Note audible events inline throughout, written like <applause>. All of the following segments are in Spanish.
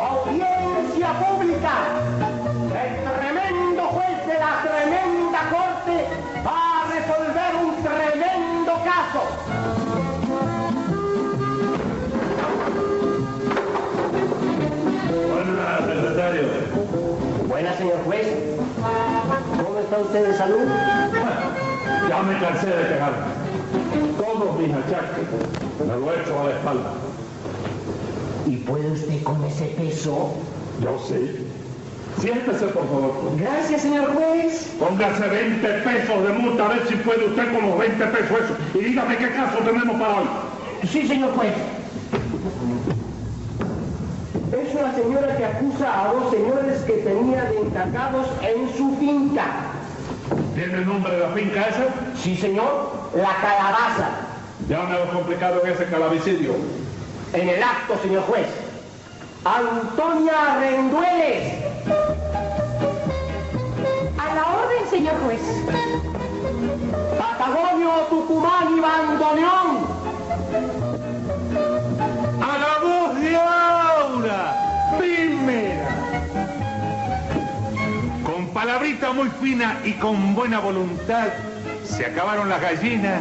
Audiencia pública. El tremendo juez de la tremenda corte va a resolver un tremendo caso. Hola, secretario. Buenas, señor juez. ¿Cómo está usted de salud? Ya me cansé de pegarme. Todos mis achaques me lo he hecho a la espalda. ¿Y puede usted con ese peso? Yo sí. Siéntese, por favor. Gracias, señor juez. Póngase 20 pesos de multa, a ver si puede usted con los 20 pesos eso. Y dígame qué caso tenemos para hoy. Sí, señor juez. Es una señora que acusa a dos señores que tenía de encargados en su finca. ¿Tiene el nombre de la finca esa? Sí, señor, la calabaza. Ya me lo complicaron ese calavicidio. En el acto, señor juez. Antonia Rendueles. A la orden, señor juez. Patagonio, Tucumán y Bandoneón. ¡A la voz de Aura! ¡Primera! Con palabrita muy fina y con buena voluntad, se acabaron las gallinas,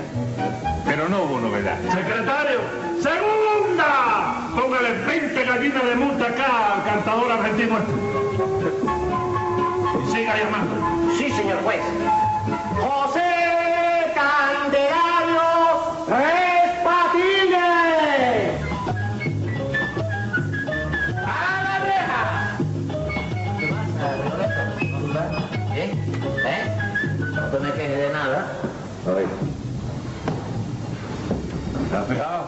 pero no hubo novedad. ¡Secretario! ¡Segunda! Póngale 20 gallinas de multa acá al cantador argentino. este. Y siga llamando. Sí, señor juez. José Candelario Respatine. A la reja. ¿Eh? ¿Eh? No te me quejes de nada. ¿Te has fijado?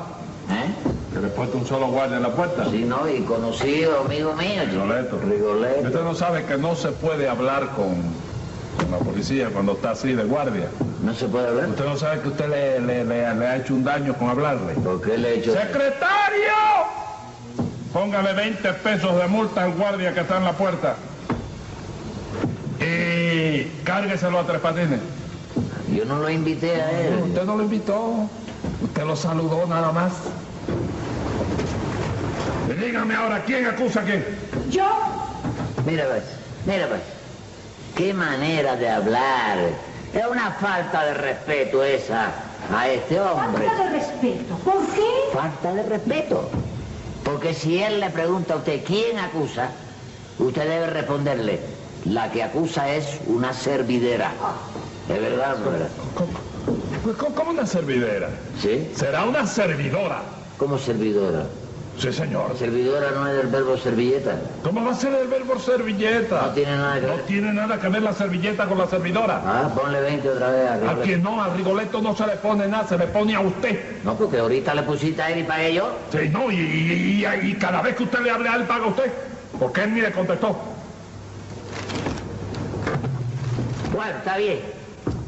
¿Eh? Que le he puesto un solo guardia en la puerta. Sí, no, y conocido, amigo mío. chico. Rigoletto. Rigoletto. Usted no sabe que no se puede hablar con, con la policía cuando está así de guardia. No se puede hablar. Usted no sabe que usted le, le- le- le ha hecho un daño con hablarle. ¿Por qué le he hecho? ¡Secretario! Póngale 20 pesos de multa al guardia que está en la puerta. Y cárgueselo a Tres Patines. Yo no lo invité a él. Usted no lo invitó. Usted lo saludó nada más. Y dígame ahora, ¿quién acusa a quién? Yo, Mira, pues, mira, pues. Qué manera de hablar. Es una falta de respeto esa a este hombre. falta de respeto. ¿Por qué? Falta de respeto. Porque si él le pregunta a usted quién acusa, usted debe responderle, la que acusa es una servidera. ¿Es verdad, o no es verdad? ¿Cómo, cómo- cómo una servidera? ¿Sí? Será una servidora. ¿Cómo servidora? Sí, señor. Servidora no es del verbo servilleta. ¿Cómo va a ser el verbo servilleta? No tiene nada que No ver. tiene nada que ver la servilleta con la servidora. Ah, ponle 20 otra vez A arriba. quien no, a Rigoletto no se le pone nada, se le pone a usted. No, porque ahorita le pusiste a él y pagué yo. Sí, no, y, y- y- y cada vez que usted le hable a él, paga usted. Porque él ni le contestó. Bueno, está bien.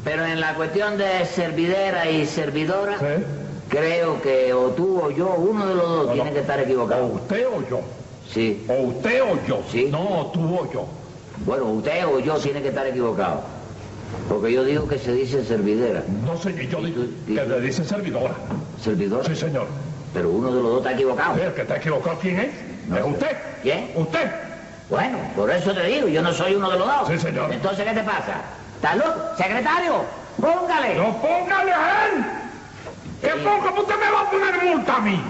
Pero en la cuestión de servidera y servidora, Sí. creo que o tú o yo, uno de los dos, No, tiene no. que estar O equivocado. usted o yo. Sí. O usted o yo. Sí. No, tú o yo. Bueno, usted o yo tiene que estar equivocado. Porque yo digo que se dice servidera. No, señor, yo Y digo tú- que y tú- le dice servidora. Servidora. Sí, señor. Pero uno de los dos está equivocado. El que está equivocado, ¿quién es? No ¿Es sé. usted? ¿Quién? ¿Usted? Bueno, por eso te digo, yo no soy uno de los dos. Sí, señor. Entonces, ¿qué te pasa? ¿Salud? Secretario, póngale. ¡No póngale a él! ¡Que ponga! ¡Usted me va a poner multa a mí!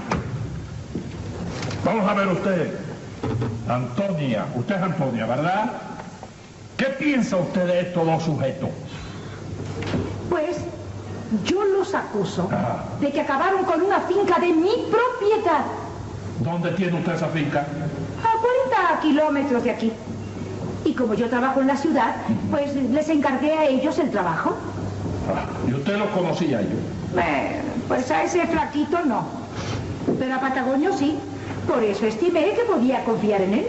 Vamos a ver usted. Antonia, usted es Antonia, ¿verdad? ¿Qué piensa usted de estos dos sujetos? Pues yo los acuso Ah. de que acabaron con una finca de mi propiedad. ¿Dónde tiene usted esa finca? A 40 kilómetros de aquí. Y como yo trabajo en la ciudad, pues les encargué a ellos el trabajo. Ah, ¿Y usted los conocía yo? Eh, pues a ese flaquito no. Pero a Patagonio sí. Por eso estimé que podía confiar en él.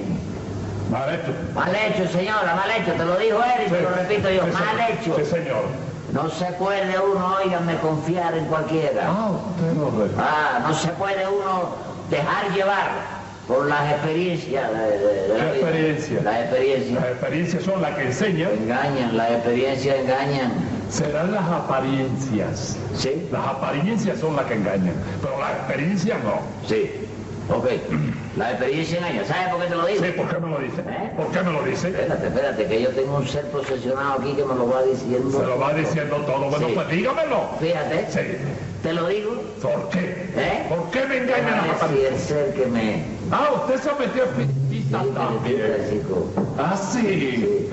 Mal hecho. Mal hecho, señora, mal hecho. Te lo dijo él y te lo repito yo. Sí, señor. Mal hecho. Sí, señor. No se puede uno, óigame, confiar en cualquiera. Ah, usted no recuerda. Ah, no se puede uno dejar llevar por las experiencias de, de- de la La vida. experiencia. Las Las experiencias. experiencias son las que enseñan. Engañan, las experiencias engañan. Serán las apariencias. ¿Sí? Las apariencias son las que engañan, pero las experiencias no. Sí. Ok. Las experiencias engañan. ¿Sabes por qué te lo digo? Sí, ¿por qué me lo dice? ¿Eh? ¿Por qué me lo dice? Espérate, espérate, que yo tengo un ser posesionado aquí que me lo va diciendo. Se lo va diciendo todo. Bueno, Sí. pues dígamelo. Fíjate, Sí. te lo digo. ¿Por qué? ¿Eh? ¿Por qué me engañan las A ver si apariencias? el ser que me... Ah, usted se metió en pista también. chico. Ah, sí.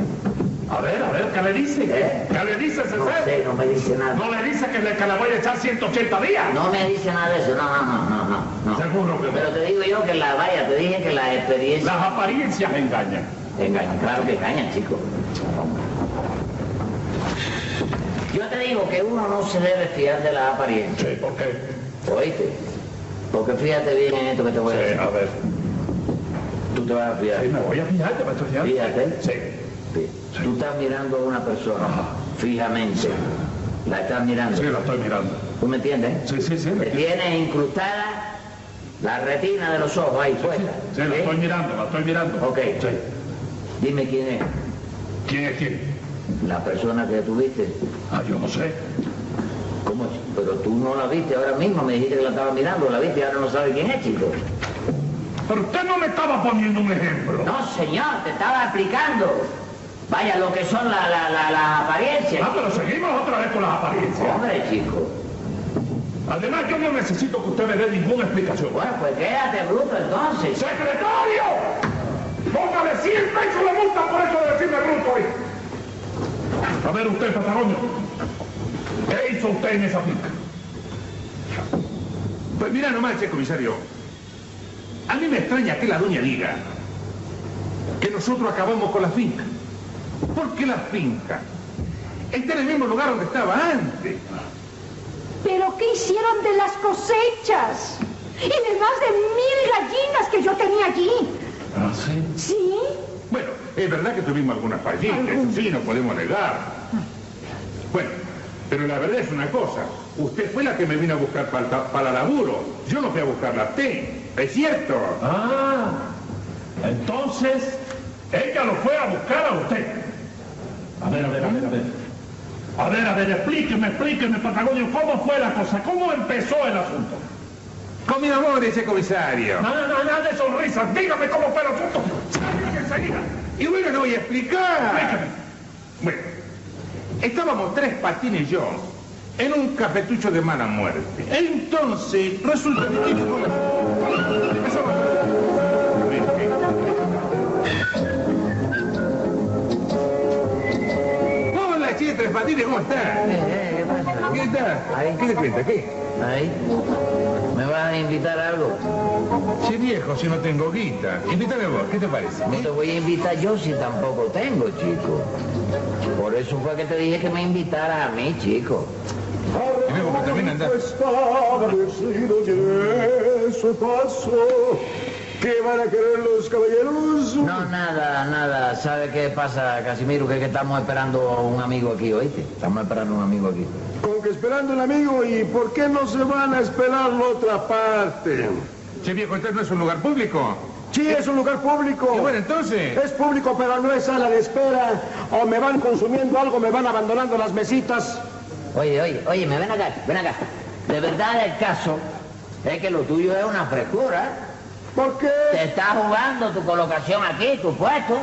A ver, a ver, ¿qué le dice? ¿Eh? ¿Qué le dice ese No ser? sé, no me dice nada. No le dice que le, que le voy a echar 180 días. No me dice nada de eso, no, no, no, no, no, no. Seguro que no. Pero te digo yo que la vaya, te dije que la experiencia... Las apariencias engañan. Engañan, claro que engañan, chico. Yo te digo que uno no se debe fiar de las apariencias, Sí, ¿por qué? ¿oíste? Porque fíjate bien en esto que te voy a Sí, decir. a ver. Tú te vas a fiar. Sí, me voy a fijar, te voy a estudiar. Fíjate. Sí. Sí. Tú estás mirando a una persona fijamente. La estás mirando. Sí, la estoy mirando. ¿Tú me entiendes? Sí, sí, sí. Te la- tiene incrustada la retina de los ojos ahí puesta. Sí, la ¿sí? estoy mirando, la estoy mirando. Ok. Sí. Dime quién es ¿Quién es quién? la persona que tuviste. Ah, yo no sé. ¿Cómo? es? Pero tú no la viste ahora mismo, me dijiste que la estaba mirando, la viste y ahora no sabes quién es, chico. Pero usted no me estaba poniendo un ejemplo. No, señor, te estaba explicando. Vaya, lo que son la- la- la- las apariencias. Ah, pero seguimos otra vez con las apariencias. Hombre, chico. Además, yo no necesito que usted me dé ninguna explicación. Bueno, pues quédate bruto entonces. ¡Secretario! ¡Póngale 100 pesos de multa por eso de decirme bruto ahí! A ver usted, Patagonio, ¿qué hizo usted en esa finca? Pues mira nomás, che, comisario. A mí me extraña que la doña diga que nosotros acabamos con la finca. ¿Por qué la finca? Está en el mismo lugar donde estaba antes. Pero ¿qué hicieron de las cosechas? Y de más de mil gallinas que yo tenía allí. Ah, sí. ¿Sí? Bueno, es verdad que tuvimos algunas fallitas, eso sí, no podemos negar. Bueno, pero la verdad es una cosa. Usted fue la que me vino a buscar para, el ta- para laburo. Yo no fui a buscarla a usted. Es cierto. Ah, entonces ella lo fue a buscar a usted. A ver, a ver, a ver, a ver. A ver, a ver, explíqueme, explíqueme, Patagonio, ¿cómo fue la cosa? ¿Cómo empezó el asunto? Con mi amor, ese comisario. Nada, nada, nada de sonrisas. Dígame cómo fue el asunto. Sáquenme enseguida. Y bueno, no voy a explicar. Bueno, estábamos tres patines y yo en un cafetucho de mala muerte. Entonces, resulta que estoy con la- Eso va. Hola, che, tres patines, ¿cómo estás? Eh, eh, ¿qué pasa? ¿Qué Ahí. tal? ¿Qué te cuenta? ¿Qué? Ahí. ¿Me vas a invitar a algo? Che viejo, si no tengo guita. Invítame vos, ¿qué te parece? No te voy a invitar yo si tampoco tengo, chico. Por eso fue que te dije que me invitaras a mí, chico. Y luego, pues, también andás. establecido y eso pasó. ¿Qué van a querer los caballeros? No, nada, nada. ¿Sabe qué pasa, Casimiro? Que, es que estamos esperando a un amigo aquí, ¿oíste? Estamos esperando a un amigo aquí. Como que esperando el amigo, ¿y por qué no se van a esperar la otra parte? Che viejo, ¿este no es un lugar público? Sí, es un lugar público. Y bueno, entonces... Es público, pero no es sala de espera. O me van consumiendo algo, me van abandonando las mesitas. Oye, oye, oye, me ven acá, ven acá. De verdad el caso es que lo tuyo es una frescura. ¿Por Te qué? está jugando tu colocación aquí, tu puesto.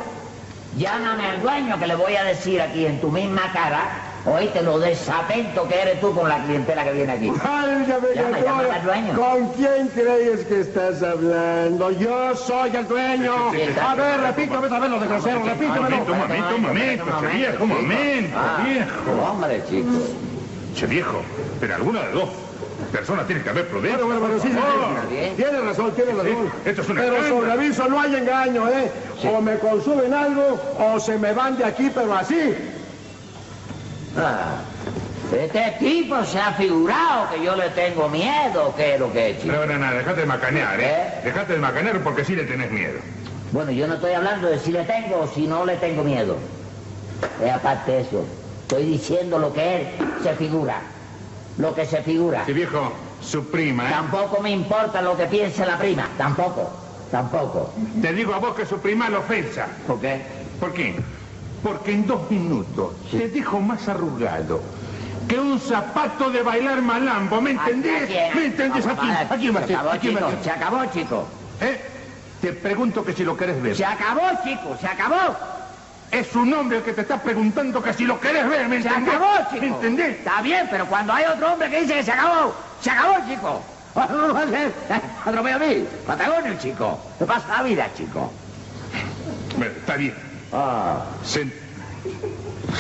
Llámame al dueño que le voy a decir aquí en tu misma cara, oíste, lo desatento que eres tú con la clientela que viene aquí. Válgame, Ya me llamaron al dueño. ¿Con quién crees que estás hablando? Yo soy el dueño. Sí, sí, sí. A ver, repítame otra vez lo de grosero, repítamelo. Un momento, un momento, Espérate che viejo, un chico. momento, Ah, viejo. Hombre, chico. Che viejo, pero alguna de dos. Personas tiene que haber Oh. prudencia. Bueno, bueno, bueno, sí, sí, sí, sí. Tiene razón, tiene razón. Sí, esto es una pero escándalo. sobre aviso no hay engaño, ¿eh? O me consumen algo o se me van de aquí, pero así. Ah, este tipo se ha figurado que yo le tengo miedo, ¿qué es lo que he hecho? No, no, no, dejate de macanear, ¿eh? ¿Eh? Dejate de macanear porque sí le tenés miedo. Bueno, yo no estoy hablando de si le tengo o si no le tengo miedo. Es aparte de eso. Estoy diciendo lo que él se figura. Lo que se figura. Sí, viejo, su prima, ¿eh? Tampoco me importa lo que piense la prima. Tampoco. Tampoco. Te digo a vos que su prima lo ofensa. ¿Por qué? ¿Por qué? Porque en dos minutos te dijo más arrugado que un zapato de bailar malambo, ¿me Ah, entendés? ¿Me entendés? Aquí, aquí va a se ser, acabó, aquí va a chico. ser. Se acabó, chico. ¿Eh? Te pregunto que si lo querés ver. Se acabó, chico. Se acabó. Es un hombre el que te está preguntando que si lo querés ver, ¿me Se entendés? acabó, chico. ¿Me entendés? Está bien, pero cuando hay otro hombre que dice que se acabó, se acabó, chico. <laughs> Atropello a mí. Patagonio, chico. Me pasa la vida, chico. Bueno, está bien. Ah. Sen-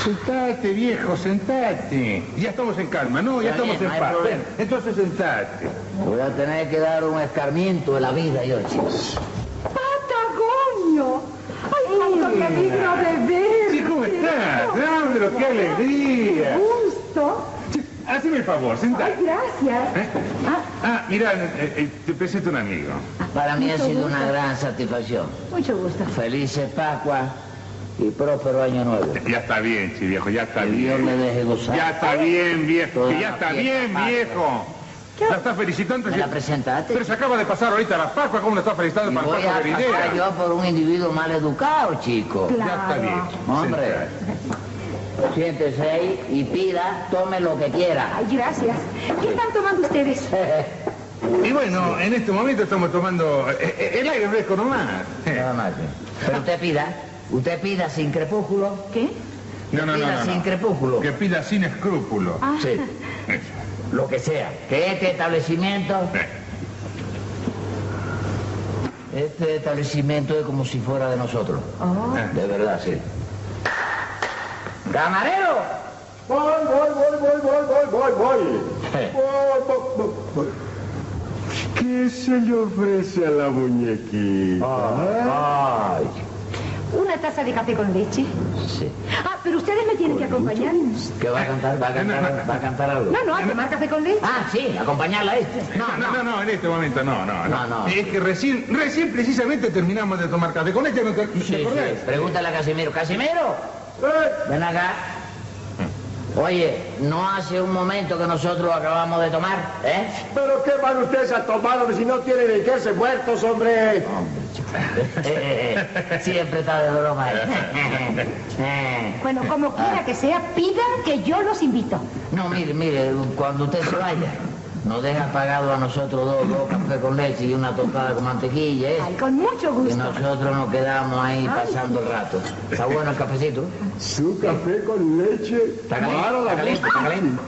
Sentate, viejo, sentate. Ya estamos en calma, ¿no? Ya Está estamos bien, no en hay paz. problema. Entonces sentate. Voy a tener que dar un escarmiento de la vida yo, chico. ¡Patagonio! ¡Ay, cuánto me alegro de verte! Sí, ¿cómo estás? Qué Leandro, qué alegría. ¡Qué gusto! Haceme el favor, ¡Ay, sentate. gracias! ¿Eh? Ah, Ah, mira, eh, eh, te presento un amigo. Para mí ha Mucho sido gusto. una gran satisfacción. mucho gusto. Felices Pascua y próspero Año Nuevo. Ya está bien, sí, viejo, ya está Que Dios le bien. deje gozar. Ya está bien, viejo, Toda ya la está fiesta, bien, Pascua. viejo. La está felicitando. ¿Me sí. la presentaste? Pero se acaba de pasar ahorita la Pascua, ¿cómo la está felicitando Y para voy a Pascua pasar Veridera? yo por un individuo mal educado, chico. Ya está Claro. bien. Hombre. sentate. Siéntese ahí y pida, tome lo que quiera. <laughs> ¡Ay, gracias! ¿Qué están tomando ustedes? Y bueno, en este momento estamos tomando eh, eh, el aire fresco nomás. Nada más. sí. Pero usted pida, usted pida sin crepúsculo. ¿Qué? No, no, no, Pida no, sin no. crepúsculo. Que pida sin escrúpulo. Ah, Sí, lo que sea. Que este establecimiento, Eh. este establecimiento es como si fuera de nosotros. oh. De verdad, sí. ¡Camarero! Voy, voy, voy, voy, voy, voy, voy, voy. Eh. Voy, voy, voy, voy. ¿Qué se le ofrece a la muñequita? Ay, Una taza de café con leche. sí. Ah, pero ustedes me tienen que acompañar. No, ¿Qué va a cantar? ¿Va a cantar, va a cantar algo? no, a tomar café con leche. Ah, sí, acompañarla a este. No, no. no, no, en este momento no, no, No, no. Es que recién, recién precisamente terminamos de tomar café. Con este no te, Sí, ¿te sí. acordás? Pregúntale a Casimiro. ¡Casimiro! Eh, Ven acá. Oye, no hace un momento que nosotros acabamos de tomar, ¿eh? <laughs> ¿Pero qué van ustedes a tomar hombre, si no tienen de qué ser muertos, hombre? Eh, eh, Siempre está de broma. eh. <laughs> Eh. Bueno, Ah. como quiera que sea, pidan que yo los invito. No, mire, mire, cuando usted se vaya, nos deja pagado a nosotros dos, dos cafés con leche y una tostada con mantequilla, ¿eh? Ay, con mucho Y gusto. nosotros nos quedamos ahí pasando el rato. ¿Está bueno el cafecito? Su café con leche. ¿Está caliente? Claro, la ¿Está caliente? ¿Está caliente?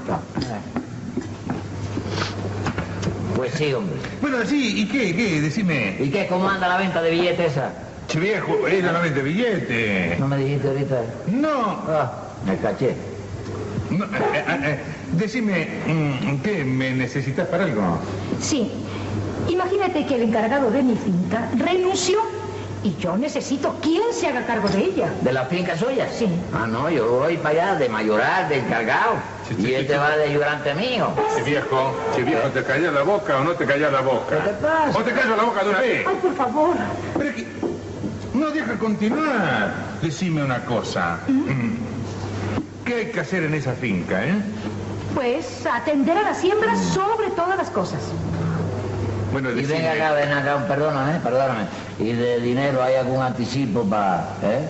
Pues sí, hombre. Bueno, sí, ¿y qué? ¿Qué? Decime. ¿Y qué? ¿Cómo anda la venta de billetes esa? Che, viejo, era la venta de billete. ¿No me dijiste ahorita? No, Ah, me caché. no, eh, eh, eh, decime, mm, ¿qué? ¿Me necesitas para algo? Sí. Imagínate que el encargado de mi finca renunció y yo necesito quien se haga cargo de ella. ¿De la finca suya? Sí. Ah, no, yo voy para allá de mayoral, de encargado. Sí, sí, Y sí, este sí. va de ayudante mío. Che, viejo, che, viejo, ¿te callás la boca o no te callás la boca? ¿Qué te pasa? O te callas la boca de una vez. Ay, por favor. Pero es que no deja continuar. Decime una cosa. Mm. ¿Qué hay que hacer en esa finca, eh? Pues atender a la siembra sobre todas las cosas. Bueno, Y decime... venga acá, ven acá, perdóname, eh, perdóname. ¿Y de dinero hay algún anticipo para...? ¿eh?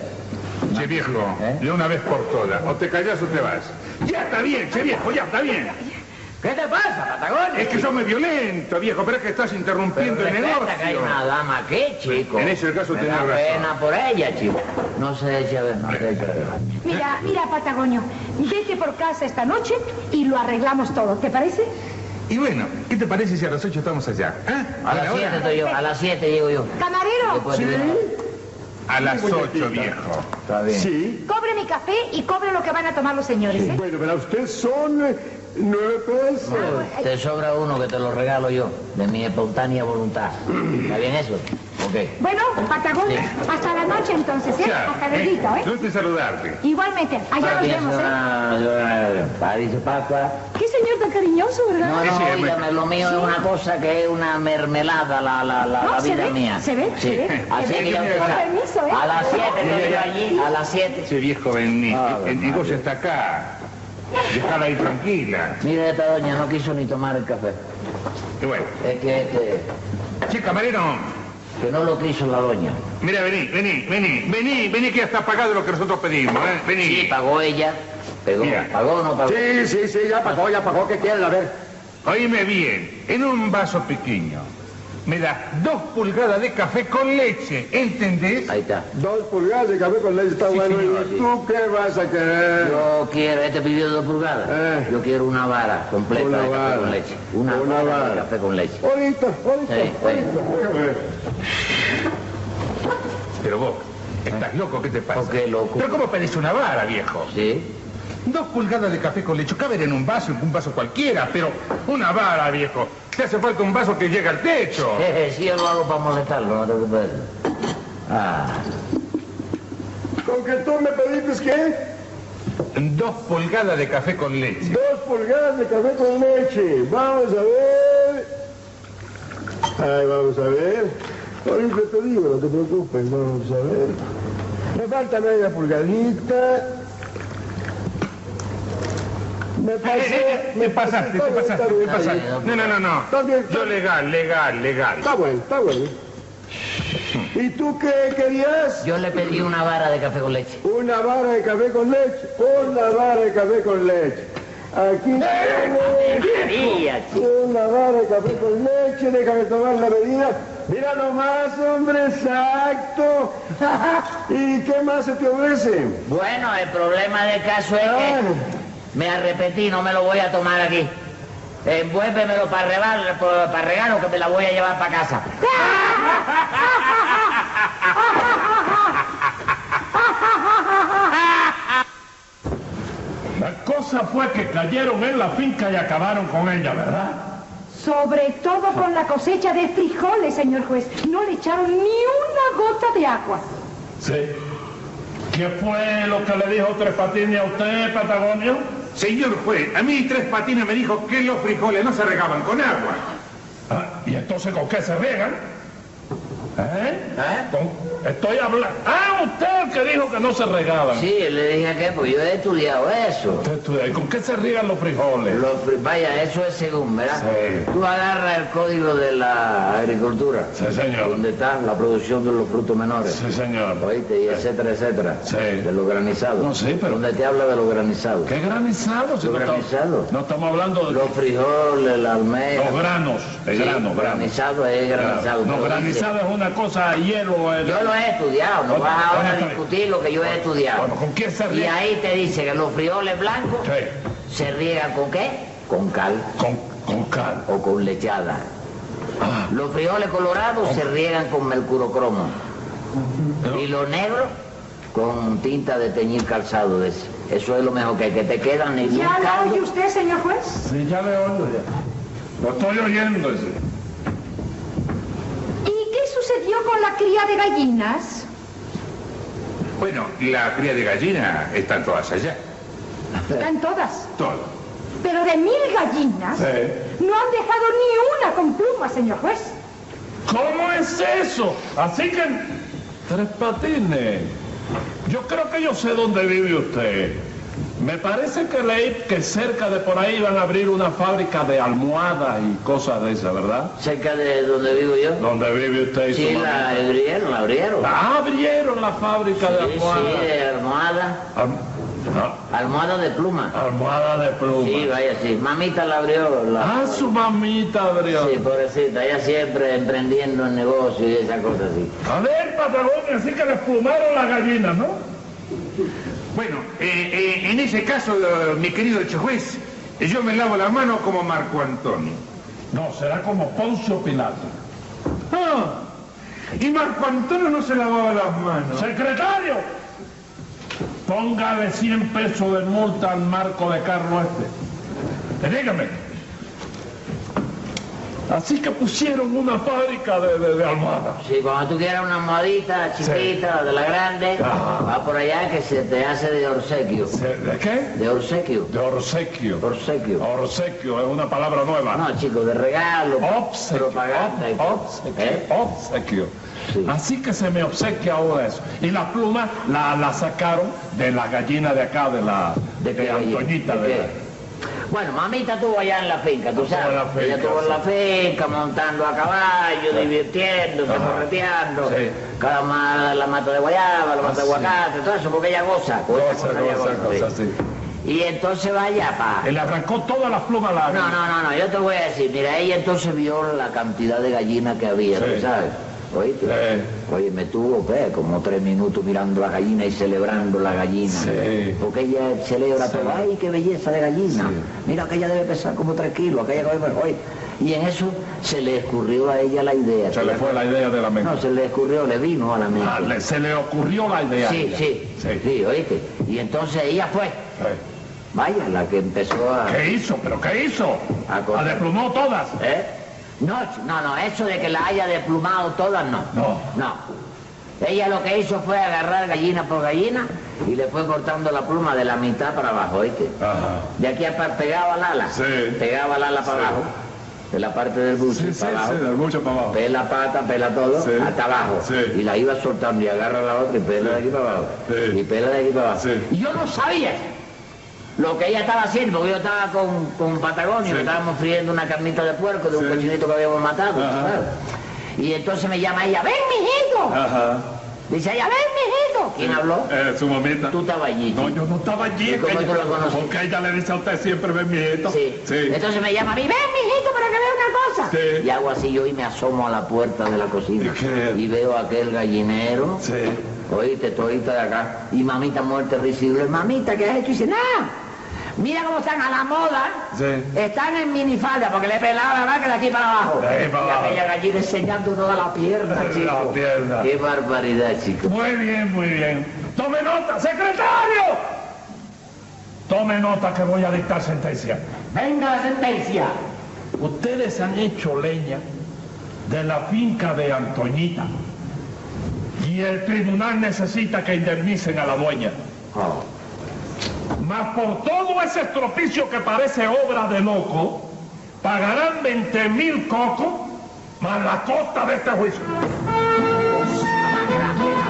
Che viejo, ¿Eh? de una vez por todas, o te callas o te vas. Ya está bien, che viejo, ya está bien. ¿Qué te pasa, Patagones? Es que sos muy violento, viejo, pero es que estás Pero interrumpiendo el respeta que hay una negocio. dama aquí, chico. En ese caso Me tenés da razón. pena por ella, chico. No se eche a ver, no se eche a ver. Mira, mira, Patagonio, vete por casa esta noche y lo arreglamos todo, ¿te parece? Y bueno, ¿qué te parece si a las 8 estamos allá? ¿Eh? A las la hora? 7 estoy yo, a las 7 llego yo. Camarero, Después te veo. A las 8, viejo. Está bien. Sí. cobre mi café y cobre lo que van a tomar los señores, ¿eh? Bueno, pero a usted son nueve pesos. Te sobra uno que te lo regalo yo, de mi espontánea voluntad. ¿Está bien eso? Ok. Bueno, Patagón, hasta la noche entonces, ¿eh? Ya, Hasta ¿eh? luego, ¿eh? Gusto en saludarte. Igualmente, allá nos vemos, ¿eh? París, Pascua. Qué señor tan cariñoso, No, ¿verdad? no, Sí, bueno. óigame, lo mío es una cosa que es una mermelada, la, la, la, No, la se vida ve, mía. se ve, Sí. se ve. Así Se ve. que ya Con usted sabe. permiso, ¿eh? A las 7 Ya, que ya. allí, a las 7. Ese viejo Benítez, Ave el negocio está acá. Dejala ahí tranquila. Mira, esta doña no quiso ni tomar el café. Y bueno, Es que, este, che, camarero, que no lo quiso la doña. mira, vení, vení, vení, vení, vení que ya está pagado lo que nosotros pedimos, ¿eh? Vení. Sí, pagó ella. Pegó, Mira. pagó o no pagó. Sí, sí, sí, ya pagó, ya pagó. ¿Qué quieren? A ver. Oíme bien, en un vaso pequeño me das dos pulgadas de café con leche, ¿entendés? Ahí está. Dos pulgadas de café con leche está Sí, bueno. señor, ¿Y tú qué vas a querer? Yo quiero, este pidió dos pulgadas. Eh. Yo quiero una vara completa Una de café vara. con leche. Una, Una vara de vara. café con leche. Ahorita, ahorita, Sí, ahorita. Pero vos, estás loco, ¿qué te pasa? ¿Por Oh, qué loco? ¿Pero cómo pedís una vara, viejo? Sí. Dos pulgadas de café con leche caben en un vaso, en un vaso cualquiera, pero una vara, viejo. Te hace falta un vaso que llegue al techo. Jeje, sí, yo lo hago para molestarlo, no te preocupes. Ah, ¿Con que tú me pediste qué? Dos pulgadas de café con leche. Dos pulgadas de café con leche. Vamos a ver. Ay, vamos a ver. Ahorita te digo, no te preocupes, vamos a ver. Me falta media pulgadita. Me Eh, eh, pasé, eh, te pasaste, te Está bien, pasaste, te está bien. pasaste. No, no, no, no. Está bien, está Yo bien. legal, legal, legal. Está bueno, está bueno. ¿Y tú qué querías? yo le pedí una vara de café con leche. Una vara de café con leche, una vara de café con leche. Aquí María, tengo una vara de café con leche, déjame tomar la bebida. Mira nomás, hombre, exacto. <laughs> ¿Y qué más se te ofrece? Bueno, el problema del caso es que me arrepentí, no me lo voy a tomar aquí. Envuélvemelo para regalo, para regalo que me la voy a llevar para casa. La cosa fue que cayeron en la finca y acabaron con ella, ¿verdad? Sobre todo con la cosecha de frijoles, señor juez. No le echaron ni una gota de agua. Sí. ¿Qué fue lo que le dijo Tres Patines a usted, Patagonio? Señor juez, a mí Tres Patines me dijo que los frijoles no se regaban con agua. Ah, ¿Y entonces con qué se riegan? ¿Eh? ¿Eh? Con- Estoy hablando... Ah, usted el que dijo que no se regaban. Sí, le dije que pues yo he estudiado eso. Usted estudia, ¿y ¿Con qué se riegan los frijoles? Lo- vaya, eso es según, ¿verdad? Sí. Tú agarras el código de la agricultura, Sí, señor. donde está la producción de los frutos menores. Sí, señor. Oíste, y etcétera, etcétera. Sí. De lo granizado. No, sí, pero- Donde te habla de lo granizado. ¿Qué granizado? si Los no estamos- granizados. No estamos hablando de Los frijoles, la los almeja. granos. De Sí, grano, grano. Granizado es granizado. No, pero granizado es una cosa de hielo. eh, dice, Yo lo he estudiado, no Bueno, vas bueno, ahora a está bien. discutir lo que yo he estudiado. Bueno, ¿con quién se Y riega? ahí te dice que los frijoles blancos Sí, se riegan con qué? Con cal con, con cal. o con lechada. Ah. Los frijoles colorados se riegan con mercurocromo. Y los negros con tinta de teñir calzado. de ese. Eso es lo mejor que, que te quedan ningún ¿Ya la caldo. oye usted, señor juez? Sí, ya le oigo ya. Lo estoy oyendo. sí. ¿Y qué sucedió con la cría de gallinas? Bueno, la cría de gallina están todas allá. Están todas. Todo. Pero de mil gallinas Sí. no han dejado ni una con plumas, señor juez. ¿Cómo es eso? Así que... Tres patines. Yo creo que yo sé dónde vive usted. Me parece que leí que cerca de por ahí van a abrir una fábrica de almohadas y cosas de esas, ¿verdad? Cerca de donde vivo yo. Donde vive usted y su Sí, la mamá. abrieron, la abrieron. Ah, Abrieron la fábrica de Sí, almohadas. sí, de almohada, Alm- almohada de pluma. ah, almohada de pluma. Sí, vaya, sí. Mamita la abrió. La... Ah, su mamita abrió. Sí, pobrecita, ella siempre emprendiendo el negocio y esas cosas así. A ver, Patagonia, así que le plumaron las gallinas, ¿no? Bueno, eh, eh, en ese caso, eh, mi querido hecho juez, yo me lavo la mano como Marco Antonio. No, será como Poncio Pilato. Ah, y Marco Antonio no se lavaba las manos. ¡Secretario! Póngale 100 pesos de multa al marco de Carlos este. Dígame. Así que pusieron una fábrica de, de, de almohadas. Sí, cuando tú quieras una almohadita chiquita, de la grande, Ajá. va por allá que se te hace de obsequio. ¿De, de qué? De obsequio. De orsequio. Obsequio. Orsequio es una palabra nueva. No, chico, de regalo. Obsequio, Propaganda. y- ob- obsequio, ¿Eh? obsequio. Sí. Así que se me obsequia ahora eso. Y la pluma la, la sacaron de la gallina de acá, de la de, qué, oye? Antoñita. ¿De de qué? la- Bueno, mamita estuvo allá en la finca, tú Estuvo en sabes. la finca, Ella estuvo en la finca, montando a caballo, divirtiéndose, Ajá. correteando. Sí. Ah, Cada ma- la mata de guayaba, la mata de sí. aguacate, todo eso, porque ella goza. con esas Goza, cosas ella goza, goza, goza, sí. Y entonces va allá, pa. Él arrancó todas las plumas a la No, no, no, no, yo te voy a decir, mira, ella entonces vio la cantidad de gallinas que había, Sí. ¿tú ¿sabes? ¿Oíste? Sí. Oye, me tuvo ¿qué? como tres minutos mirando la gallina y celebrando la gallina. Sí. Porque ella celebra Sí. todo. ¡Ay, qué belleza de gallina! Mira, aquella debe pesar como tres kilos, aquella que hoy- hoy. Y en eso se le escurrió a ella la idea. Se le fue la idea de la mente. No, se le escurrió, le vino a la mente. Ah, le- se le ocurrió la idea. sí, sí, Sí. sí, ¿oíste? Y entonces ella fue, Sí. vaya, la que empezó a... ¿Qué hizo? ¿Pero qué hizo? A La cortar. desplumó todas. ¿Eh? No, ch- no, no, eso de que la haya desplumado todas, no. No. No. Ella lo que hizo fue agarrar gallina por gallina y le fue cortando la pluma de la mitad para abajo, ¿oíste? Ajá. De aquí a pa- pegaba el ala. Sí. Pegaba el ala para Sí. abajo. De la parte del busto Sí, sí, para abajo. sí, del mucho para abajo. Pela pata, pela todo, Sí. hasta abajo. Sí. Y la iba soltando y agarra la otra y pela de aquí para abajo. Sí. Y pela de aquí para abajo. Sí. Y yo no sabía lo que ella estaba haciendo, porque yo estaba con, con Patagonio, Sí. estábamos friendo una carnita de puerco de un Sí. cochinito que habíamos matado. Ajá. ¿sabes? Y entonces me llama ella, ven, mijito. Ajá. Dice ella, ven, mijito. ¿Quién habló? Eh, su mamita. Tú estabas allí. No, yo no estaba allí. ¿Y cómo que- tú la conoces? Porque ella le dice a usted siempre, ven, mi nieto. Sí. Sí. Entonces me llama a mí, ven, mijito, para que vea una cosa. Sí. Y hago así yo y me asomo a la puerta de la cocina. ¿Y qué? Y veo aquel gallinero. Sí. Oíste, todita de acá. Y mamita muerte risible. Mamita, ¿qué has hecho? Y dice, nada. Mira cómo están a la moda. Sí. Están en minifalda porque le pelaba la vaca de aquí para abajo. De ahí para y abajo. aquella gallina enseñando toda la pierna, La chico. pierna. Qué barbaridad, chico. Muy bien, muy bien. Tome nota, secretario. Tome nota que voy a dictar sentencia. Venga la sentencia. Ustedes han hecho leña de la finca de Antoñita. Y el tribunal necesita que indemnicen a la dueña. Oh. Mas por todo ese estropicio que parece obra de loco, pagarán 20 mil cocos más la costa de este juicio. Mira, mira,